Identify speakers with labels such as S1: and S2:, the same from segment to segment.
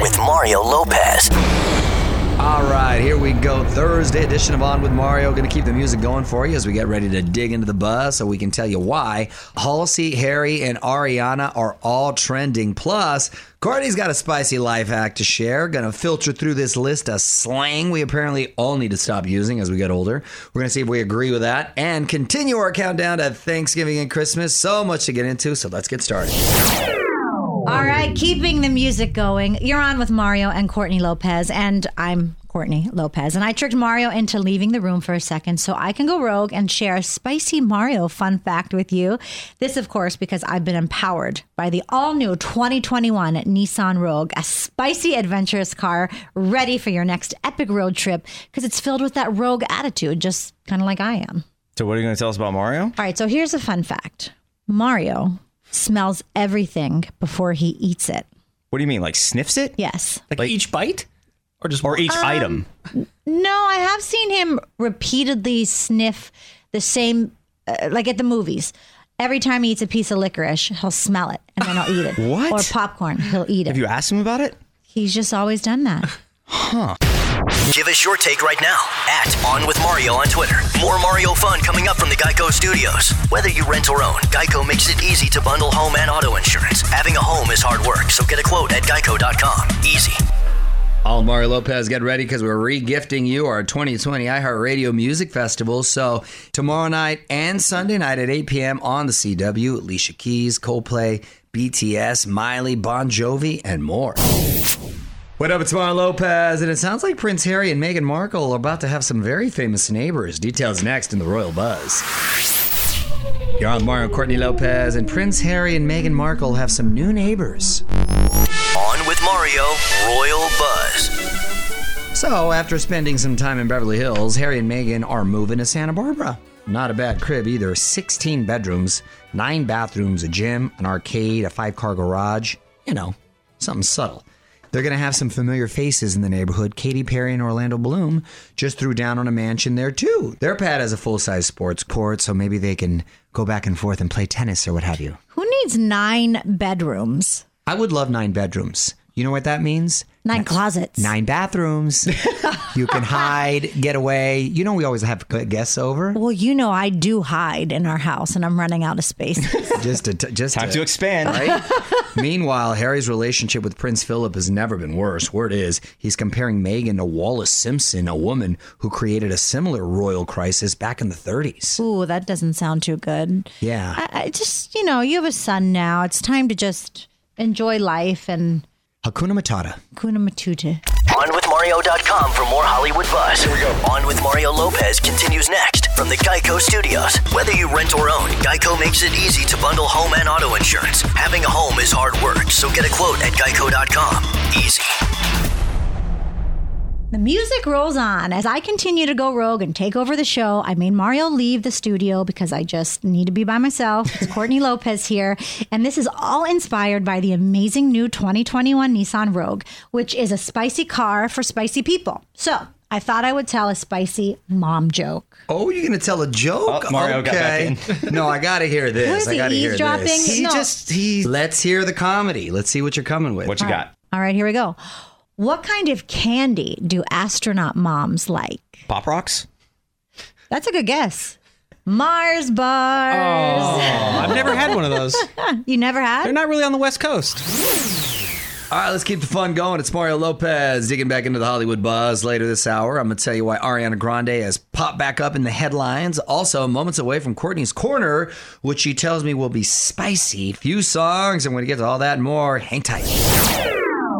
S1: with Mario Lopez.
S2: All right, here we go. Thursday edition of On with Mario. Going to keep the music going for you as we get ready to dig into the buzz so we can tell you why Halsey, Harry, and Ariana are all trending. Plus, Courtney's got a spicy life hack to share. Going to filter through this list of slang we apparently all need to stop using as we get older. We're going to see if we agree with that and continue our countdown to Thanksgiving and Christmas. So much to get into, so let's get started.
S3: All right, keeping the music going. You're on with Mario and Courtney Lopez, and I'm Courtney Lopez. And I tricked Mario into leaving the room for a second so I can go rogue and share a spicy Mario fun fact with you. This, of course, because I've been empowered by the all new 2021 Nissan Rogue, a spicy, adventurous car ready for your next epic road trip because it's filled with that rogue attitude, just kind of like I am.
S4: So what are you going to tell us about Mario?
S3: All right, so here's a fun fact Mario smells everything before he eats it.
S4: What do you mean, like sniffs it?
S3: Yes. Um,
S5: Like, each bite, or just
S4: Or each item?
S3: No, I have seen him repeatedly sniff the same, uh, like at the movies. Every time he eats a piece of licorice, he'll smell it and then he'll eat it.
S4: What?
S3: Or popcorn, he'll eat it.
S4: Have you asked him about it?
S3: He's just always done that.
S1: Give us your take right now at On with Mario on Twitter. More Mario fun coming up from the Geico Studios. Whether you rent or own, Geico makes it easy to bundle home and auto insurance. Having a home is hard work, so get a quote at geico.com. Easy.
S2: All of Mario Lopez, get ready because we're regifting you our 2020 iHeartRadio Music Festival. So tomorrow night and Sunday night at 8 p.m. on the CW, Alicia Keys, Coldplay, BTS, Miley, Bon Jovi, and more. What up, it's Mario Lopez, and it sounds like Prince Harry and Meghan Markle are about to have some very famous neighbors. Details next in the Royal Buzz. You're on with Mario and Courtney Lopez, and Prince Harry and Meghan Markle have some new neighbors.
S1: On with Mario, Royal Buzz.
S2: So, after spending some time in Beverly Hills, Harry and Meghan are moving to Santa Barbara. Not a bad crib either 16 bedrooms, 9 bathrooms, a gym, an arcade, a 5 car garage. You know, something subtle. They're going to have some familiar faces in the neighborhood. Katy Perry and Orlando Bloom just threw down on a mansion there, too. Their pad has a full size sports court, so maybe they can go back and forth and play tennis or what have you.
S3: Who needs nine bedrooms,
S2: I would love nine bedrooms. You know what that means?
S3: nine closets?
S2: nine bathrooms. you can hide, get away. You know, we always have guests over
S3: Well, you know, I do hide in our house and I'm running out of space.
S2: just to t- just
S4: Time to expand.
S2: right? Meanwhile, Harry's relationship with Prince Philip has never been worse. Word is, he's comparing Meghan to Wallace Simpson, a woman who created a similar royal crisis back in the 30s.
S3: Ooh, that doesn't sound too good.
S2: Yeah.
S3: I, I just, you know, you have a son now. It's time to just enjoy life and
S2: Hakuna Matata.
S3: kuna matute.
S1: OnWithMario.com for more Hollywood buzz. Here we go. On with Mario Lopez continues next from the Geico Studios. Whether you rent or own, Geico makes it easy to bundle home and auto insurance. Having a home is hard work, so get a quote at geico.com. Easy.
S3: The music rolls on. As I continue to go rogue and take over the show, I made Mario leave the studio because I just need to be by myself. It's Courtney Lopez here. And this is all inspired by the amazing new 2021 Nissan Rogue, which is a spicy car for spicy people. So I thought I would tell a spicy mom joke.
S2: Oh, you're gonna tell a joke?
S4: Oh, Mario got
S2: okay. no, I gotta hear this.
S3: Who is
S2: I
S3: he,
S2: gotta hear
S3: eavesdropping?
S2: this.
S3: He No. just-
S2: he. Let's hear the comedy. Let's see what you're coming with.
S4: What you got?
S3: All right, here we go. What kind of candy do astronaut moms like?
S4: Pop rocks?
S3: That's a good guess. Mars bars.
S2: Oh.
S5: I've never had one of those.
S3: You never had?
S5: They're not really on the West Coast.
S2: All right, let's keep the fun going. It's Mario Lopez digging back into the Hollywood buzz later this hour. I'm going to tell you why Ariana Grande has popped back up in the headlines. Also, moments away from Courtney's Corner, which she tells me will be spicy. Few songs. I'm going to get to all that and more. Hang tight.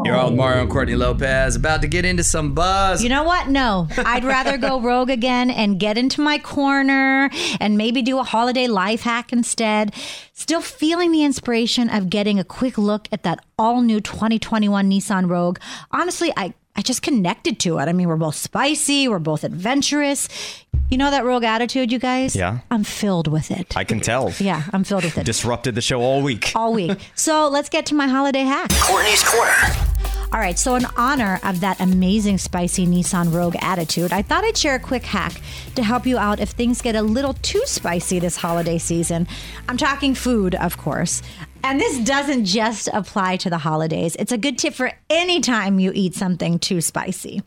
S2: You're on with Mario and Courtney Lopez. About to get into some buzz.
S3: You know what? No, I'd rather go rogue again and get into my corner and maybe do a holiday life hack instead. Still feeling the inspiration of getting a quick look at that all new 2021 Nissan Rogue. Honestly, I, I just connected to it. I mean, we're both spicy, we're both adventurous. You know that rogue attitude, you guys?
S4: Yeah.
S3: I'm filled with it.
S4: I can tell.
S3: yeah, I'm filled with it.
S4: Disrupted the show all week.
S3: all week. So let's get to my holiday hack.
S1: Courtney's Corner.
S3: All right, so in honor of that amazing spicy Nissan Rogue attitude, I thought I'd share a quick hack to help you out if things get a little too spicy this holiday season. I'm talking food, of course. And this doesn't just apply to the holidays. It's a good tip for any time you eat something too spicy.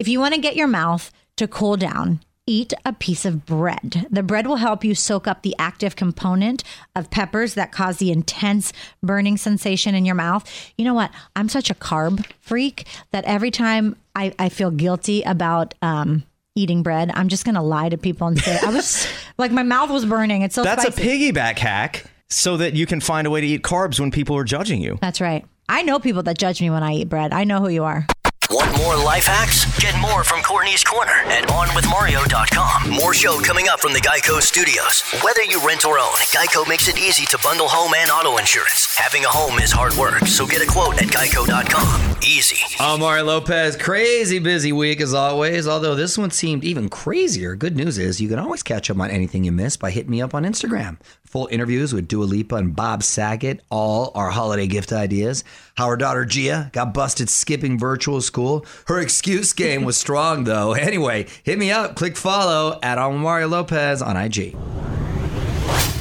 S3: If you want to get your mouth to cool down, eat a piece of bread. The bread will help you soak up the active component of peppers that cause the intense burning sensation in your mouth. You know what? I'm such a carb freak that every time I, I feel guilty about um, eating bread, I'm just going to lie to people and say, I was like, my mouth was burning. It's so
S4: That's
S3: spicy.
S4: a piggyback hack so that you can find a way to eat carbs when people are judging you.
S3: That's right. I know people that judge me when I eat bread. I know who you are.
S1: Want more life hacks? Get more from Courtney's Corner at OnWithMario.com. More show coming up from the Geico Studios. Whether you rent or own, Geico makes it easy to bundle home and auto insurance. Having a home is hard work, so get a quote at Geico.com. Easy.
S2: Omar Lopez, crazy busy week as always. Although this one seemed even crazier. Good news is you can always catch up on anything you missed by hitting me up on Instagram. Full interviews with Dua Lipa and Bob Saget, all our holiday gift ideas. How our daughter Gia got busted skipping virtual school. Her excuse game was strong though. Anyway, hit me up. Click follow at Omar Lopez on IG.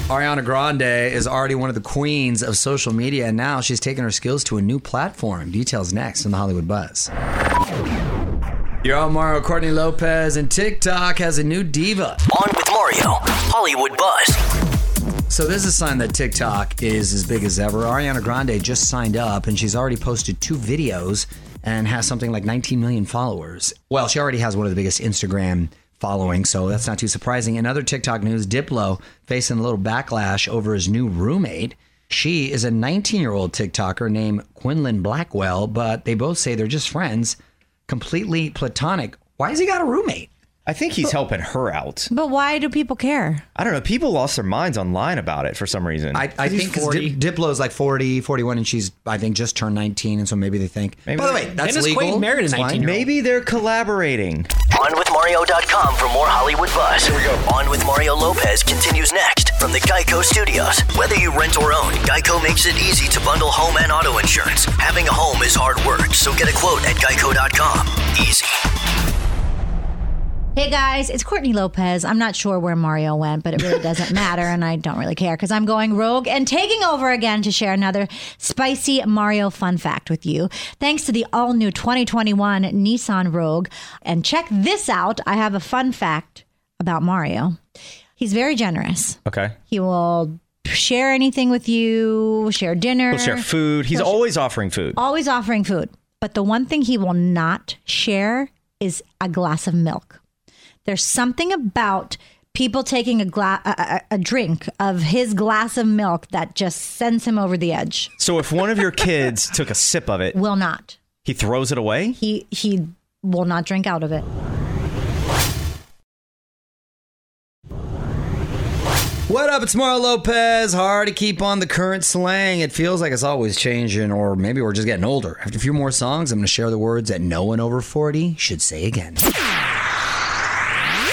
S2: Ariana Grande is already one of the queens of social media, and now she's taken her skills to a new platform. Details next in the Hollywood Buzz. You're on Mario Courtney Lopez, and TikTok has a new diva.
S1: On with Mario, Hollywood Buzz.
S2: So this is a sign that TikTok is as big as ever. Ariana Grande just signed up, and she's already posted two videos and has something like 19 million followers. Well, she already has one of the biggest Instagram following, so that's not too surprising. In other TikTok news, Diplo facing a little backlash over his new roommate. She is a 19-year-old TikToker named Quinlan Blackwell, but they both say they're just friends, completely platonic. Why has he got a roommate?
S4: I think he's helping her out.
S3: But why do people care?
S4: I don't know. People lost their minds online about it for some reason.
S2: I, I
S5: He's
S2: think 'cause
S5: 40.
S2: Dip, Diplo's like 40, 41, and she's, I think, just turned 19. And so maybe they think. By the
S4: they-
S2: way, that's
S5: Dennis
S2: legal.
S5: Quaid married a
S2: It's fine.
S5: 19-year-old.
S4: Maybe they're collaborating.
S1: On with Mario.com for more Hollywood Buzz. Here we go. On with Mario Lopez continues next from the Geico Studios. Whether you rent or own, Geico makes it easy to bundle home and auto insurance. Having a home is hard work, so get a quote at Geico.com. Easy.
S3: Hey guys, it's Courtney Lopez. I'm not sure where Mario went, but it really doesn't matter, and I don't really care because I'm going rogue and taking over again to share another spicy Mario fun fact with you. Thanks to the all new 2021 Nissan Rogue. And check this out I have a fun fact about Mario. He's very generous.
S4: Okay.
S3: He will share anything with you, share dinner.
S4: He'll share food. He's always offering food.
S3: always offering food. But the one thing he will not share is a glass of milk. There's something about people taking a, gla- a, a, a drink of his glass of milk that just sends him over the edge.
S4: So if one of your kids took a sip of it,
S3: Will not.
S4: he throws it away?
S3: He he will not drink out of it.
S2: What up? It's Mario Lopez. Hard to keep on the current slang. It feels like it's always changing, or maybe we're just getting older. After a few more songs, I'm going to share the words that no one over 40 should say again.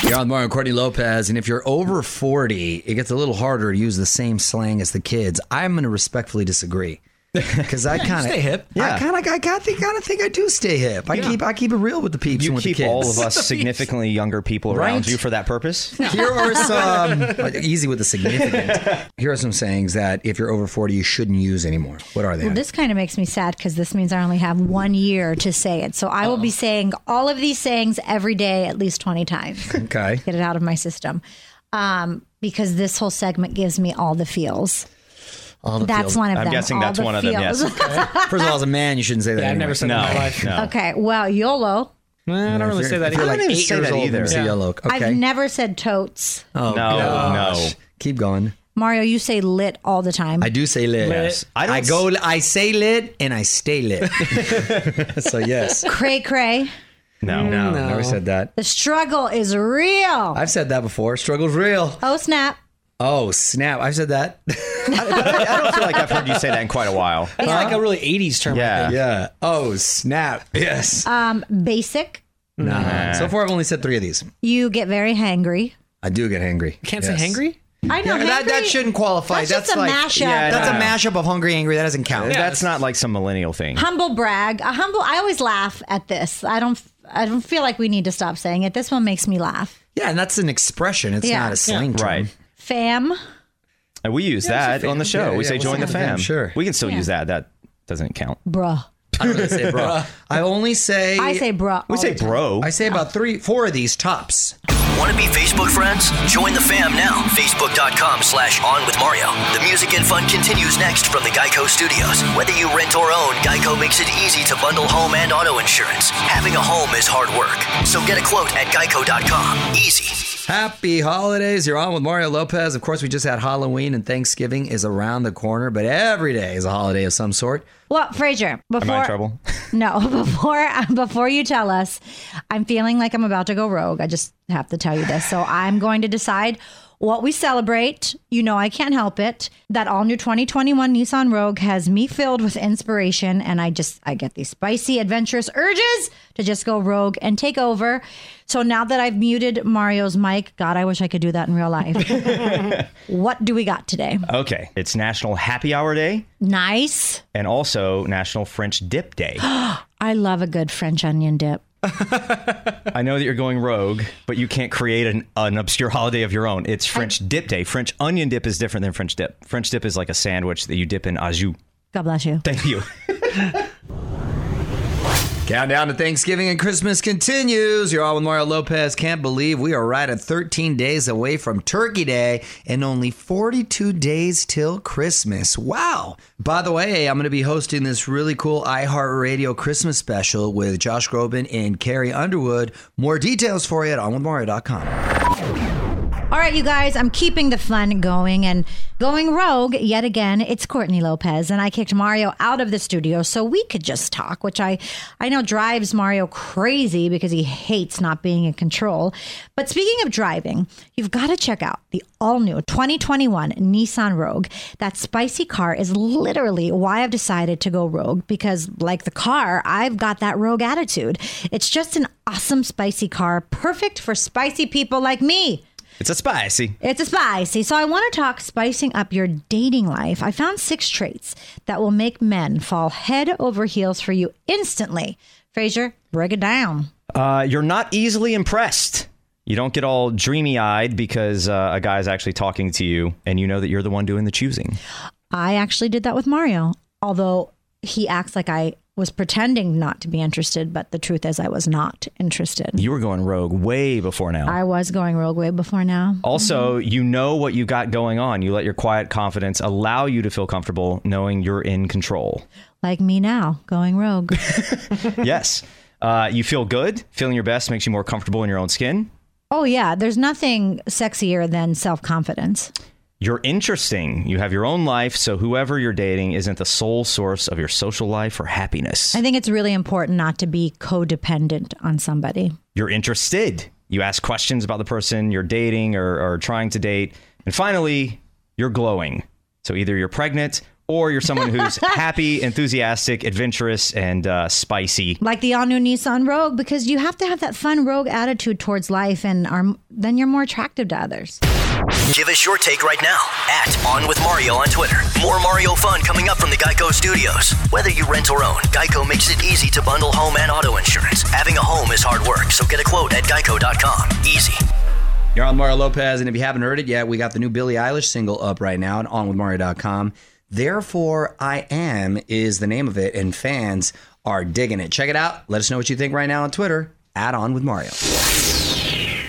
S2: You're on Mario and Courtney Lopez, and if you're over 40, it gets a little harder to use the same slang as the kids. I'm going to respectfully disagree. Because I kind of
S5: stay hip.
S2: I
S4: Yeah.
S2: kind of, I kind of, kind of think I do stay hip. I keep, I keep it real with the peeps
S4: You
S2: and with
S4: keep
S2: the kids.
S4: all of us significantly younger people around
S2: Right?
S4: you for that purpose?
S2: Here are some easy with the significant. Here are some sayings that if you're over 40, you shouldn't use anymore. What are they?
S3: Well, this kind of makes me sad because this means I only have one year to say it. So I will be saying all of these sayings every day at least 20 times.
S2: okay.
S3: Get it out of my system. Um, because this whole segment gives me all the feels.
S2: All the
S3: That's
S2: feels.
S3: one of
S4: I'm
S3: them.
S4: guessing
S3: All
S4: that's
S3: the
S4: one of them, yes.
S3: feels.
S2: First of all, as a man, you shouldn't say that.
S5: I've
S2: anyway.
S5: never said
S4: No.
S5: that in my life.
S4: No.
S3: okay. Well, YOLO.
S5: Eh, I don't really
S2: If
S5: say
S2: you're-
S5: that
S2: if you're
S5: either.
S2: like
S4: I don't even
S2: eight
S4: say
S2: years
S4: that
S2: old,
S4: either.
S2: you say
S4: Yeah.
S2: yellow. Okay.
S3: I've never said totes.
S2: oh,
S4: No,
S2: gosh.
S4: no.
S2: Keep going.
S3: Mario, you say lit all the time.
S2: I do say lit.
S5: Yes.
S2: I,
S4: I don't
S2: go. I say lit and I stay lit. so yes.
S3: cray cray.
S4: No.
S2: No, never said that.
S3: The struggle is real.
S2: I've said that before. Struggle's real.
S3: Oh snap.
S2: Oh snap! I've said that.
S4: I don't feel like I've heard you say that in quite a while.
S5: That's like a really 80s term. I
S4: Yeah.
S5: think.
S2: yeah. Oh snap! Yes.
S3: Uh, Basic.
S2: nah. So far, I've only said three of these.
S3: You get very hangry.
S2: I do get hangry.
S5: Can't
S2: Yes.
S5: say hangry?
S3: I know.
S2: Yeah, that, that
S3: hangry-
S2: shouldn't qualify.
S3: That's,
S2: That's,
S3: just a
S2: like
S3: mashup.
S4: yeah,
S2: that's
S4: Yeah.
S2: a mashup of hungry, angry. That doesn't count.
S4: That's not like some millennial thing.
S3: Humble brag. A humble. I always laugh at this. I don't. I don't feel like we need to stop saying it. This one makes me laugh.
S2: Yeah, and that's an expression. It's
S3: Yeah.
S2: not a slang term.
S4: Right.
S3: Fam.
S4: And we use that on the show.
S2: Yeah,
S4: we
S2: yeah,
S4: say
S2: what's
S4: join
S2: the
S4: the
S2: fam?
S4: fam.
S2: Sure.
S4: We can still
S3: Yeah.
S4: use that. That doesn't count.
S3: Bruh.
S2: I don't really say bro. I only say
S3: I say bruh.
S4: We
S3: all
S4: say
S3: the time.
S4: bro.
S2: I say about three, four of these tops.
S1: Want to be Facebook friends? Join the fam now. Facebook.com slash on with Mario. The music and fun continues next from the Geico Studios. Whether you rent or own, Geico makes it easy to bundle home and auto insurance. Having a home is hard work. So get a quote at geico.com. Easy.
S2: Happy holidays. You're on with Mario Lopez. Of course, we just had Halloween and Thanksgiving is around the corner, but every day is a holiday of some sort.
S3: Well, Frazier, before
S4: Am I in trouble?
S3: No, before before you tell us, I'm feeling like I'm about to go rogue. I just have to tell you this. So I'm going to decide what we celebrate. You know, I can't help it. That all new 2021 Nissan Rogue has me filled with inspiration, and I just I get these spicy, adventurous urges to just go rogue and take over. So now that I've muted Mario's mic, God, I wish I could do that in real life. what do we got today?
S4: Okay. It's National Happy Hour Day
S3: Nice.
S4: and also National French Dip Day.
S3: I love a good French onion dip.
S4: I know that you're going rogue, but you can't create an, an obscure holiday of your own. It's French Dip Day. French onion dip is different than French dip. French dip is like a sandwich that you dip in au jus.
S3: God bless you.
S4: Thank you.
S2: Countdown to Thanksgiving and Christmas continues. You're on with Mario Lopez. Can't believe we are right at 13 days away from Turkey Day and only 42 days till Christmas. Wow. By the way, I'm going to be hosting this really cool iHeartRadio Christmas special with Josh Groban and Carrie Underwood. More details for you at onwithmario.com.
S3: All right, you guys, I'm keeping the fun going and going rogue yet again. It's Courtney Lopez, and I kicked Mario out of the studio so we could just talk, which I, I know drives Mario crazy because he hates not being in control. But speaking of driving, you've got to check out the all new 2021 Nissan Rogue. That spicy car is literally why I've decided to go rogue because, like the car, I've got that rogue attitude. It's just an awesome, spicy car, perfect for spicy people like me.
S4: It's a spicy.
S3: It's a spicy. So I want to talk spicing up your dating life. I found six traits that will make men fall head over heels for you instantly. Frazier, break it down.
S4: Uh, you're not easily impressed. You don't get all dreamy eyed because uh, a guy's actually talking to you and you know that you're the one doing the choosing.
S3: I actually did that with Mario, although he acts like I was pretending not to be interested, but the truth is I was not interested.
S4: You were going rogue way before now.
S3: I was Mm-hmm. going rogue way before now.
S4: Also, you know what you got going on. You let your quiet confidence allow you to feel comfortable knowing you're in control.
S3: Like me now, going rogue.
S4: yes. Uh, you feel good. Feeling your best makes you more comfortable in your own skin.
S3: oh, yeah. There's nothing sexier than self confidence.
S4: You're interesting. You have your own life, so whoever you're dating isn't the sole source of your social life or happiness.
S3: I think it's really important not to be codependent on somebody.
S4: You're interested. You ask questions about the person you're dating or, or trying to date. And finally, you're glowing. So either you're pregnant or you're someone who's happy, enthusiastic, adventurous, and uh, spicy.
S3: like the all new Nissan Rogue because you have to have that fun rogue attitude towards life, and are, then you're more attractive to others.
S1: Give us your take right now at On With Mario on Twitter. More Mario fun coming up from the Geico Studios. Whether you rent or own, Geico makes it easy to bundle home and auto insurance. Having a home is hard work, so get a quote at geico.com. Easy.
S2: You're on Mario Lopez, and if you haven't heard it yet, we got the new Billie Eilish single up right now at onwithmario.com. Therefore, I Am is the name of it, and fans are digging it. Check it out. Let us know what you think right now on Twitter. Add on with Mario.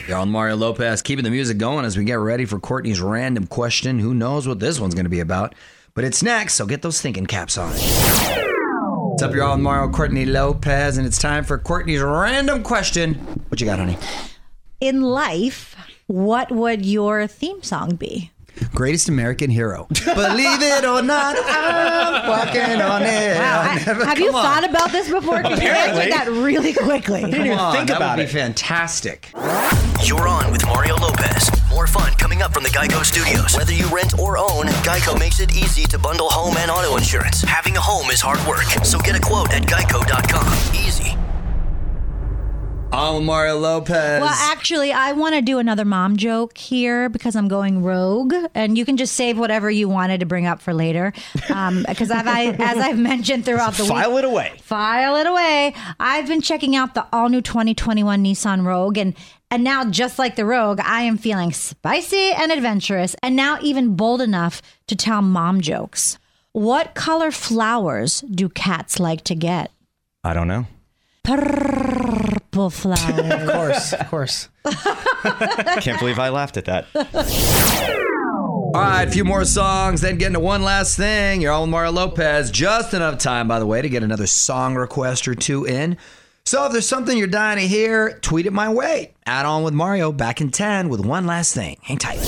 S2: You're on Mario Lopez, keeping the music going as we get ready for Courtney's random question. Who knows what this one's going to be about? But it's next, so get those thinking caps on. What's up, y'all? I'm Mario Courtney Lopez, and it's time for Courtney's random question. What you got, honey?
S3: In life, what would your theme song be?
S2: Greatest American hero. Believe it or not, I'm walking on it.
S3: I- have you thought about this before? Because you answered that really quickly.
S2: Come on,
S4: think
S2: that
S4: about
S2: would
S4: it.
S2: be fantastic.
S1: You're on with Mario Lopez. More fun coming up from the Geico Studios. Whether you rent or own, Geico makes it easy to bundle home and auto insurance. Having a home is hard work, so get a quote at geico.com. Easy.
S2: I'm Mario Lopez.
S3: Well, actually, I want to do another mom joke here because I'm going rogue, and you can just save whatever you wanted to bring up for later. Because I've I, as I've mentioned throughout the week,
S4: File it away.
S3: File it away. I've been checking out the all new 2021 Nissan Rogue, and And now, just like the rogue, I am feeling spicy and adventurous, and now even bold enough to tell mom jokes. What color flowers do cats like to get?
S4: I don't know.
S3: Purple flowers.
S5: Of course, of course.
S4: Can't believe I laughed at that.
S2: All right, a few more songs, then get into one last thing. You're all with Mario Lopez. Just enough time, by the way, to get another song request or two in. So if there's something you're dying to hear, tweet it my way. Add on with Mario back in 10 with one last thing. Hang tight.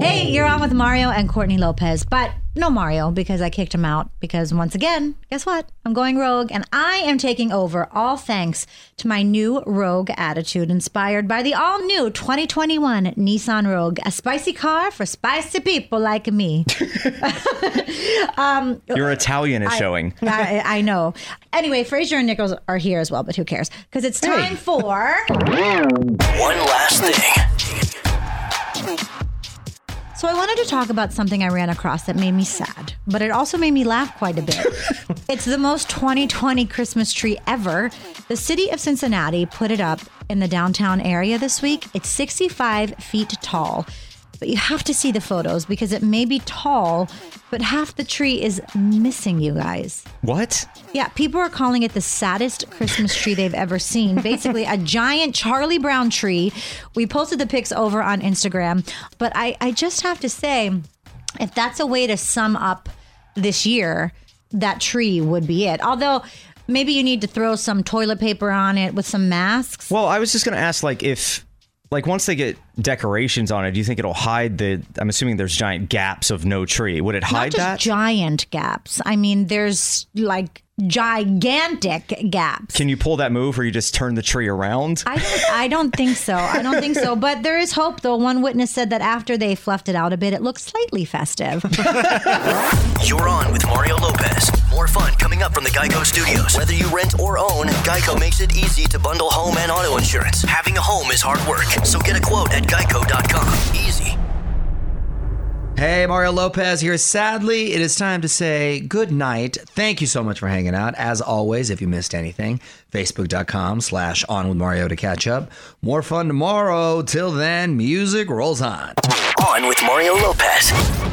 S3: Hey, you're on with Mario and Courtney Lopez, but no Mario because I kicked him out. Because once again, guess what? I'm going rogue and I am taking over all thanks to my new rogue attitude inspired by the all new 2021 Nissan Rogue, a spicy car for spicy people like me.
S4: Your Italian is showing.
S3: I, I know. Anyway, Fraser and Nichols are here as well, but who cares? Because it's time for.
S1: One last thing.
S3: So I wanted to talk about something I ran across that made me sad, but it also made me laugh quite a bit. it's the most 2020 Christmas tree ever. The city of Cincinnati put it up in the downtown area this week. It's 65 feet tall. But you have to see the photos because it may be tall, but half the tree is missing, you guys.
S4: What?
S3: Yeah, people are calling it the saddest Christmas tree they've ever seen. Basically, a giant Charlie Brown tree. We posted the pics over on Instagram, but I, I just have to say, if that's a way to sum up this year, that tree would be it. Although, maybe you need to throw some toilet paper on it with some masks.
S4: Well, I was just gonna ask, like, if like once they get decorations on it, do you think it'll hide the? I'm assuming there's giant gaps of no tree. Would it
S3: Not
S4: hide
S3: just
S4: that?
S3: giant gaps. I mean, there's like gigantic gaps.
S4: Can you pull that move, or you just turn the tree around?
S3: I don't, I don't think so. I don't think so. But there is hope, though. One witness said that after they fluffed it out a bit, it looked slightly festive.
S1: You're on with Mario Lopez. More fun coming up from the Geico Studios. Whether you rent or own, Geico makes it easy to bundle home and auto insurance. Having a home is hard work, so get a quote at geico.com. Easy.
S2: Hey, Mario Lopez here. Sadly, it is time to say good night. Thank you so much for hanging out. As always, if you missed anything, facebook.com slash on with Mario to catch up. More fun tomorrow. Till then, music rolls on.
S1: On with Mario Lopez.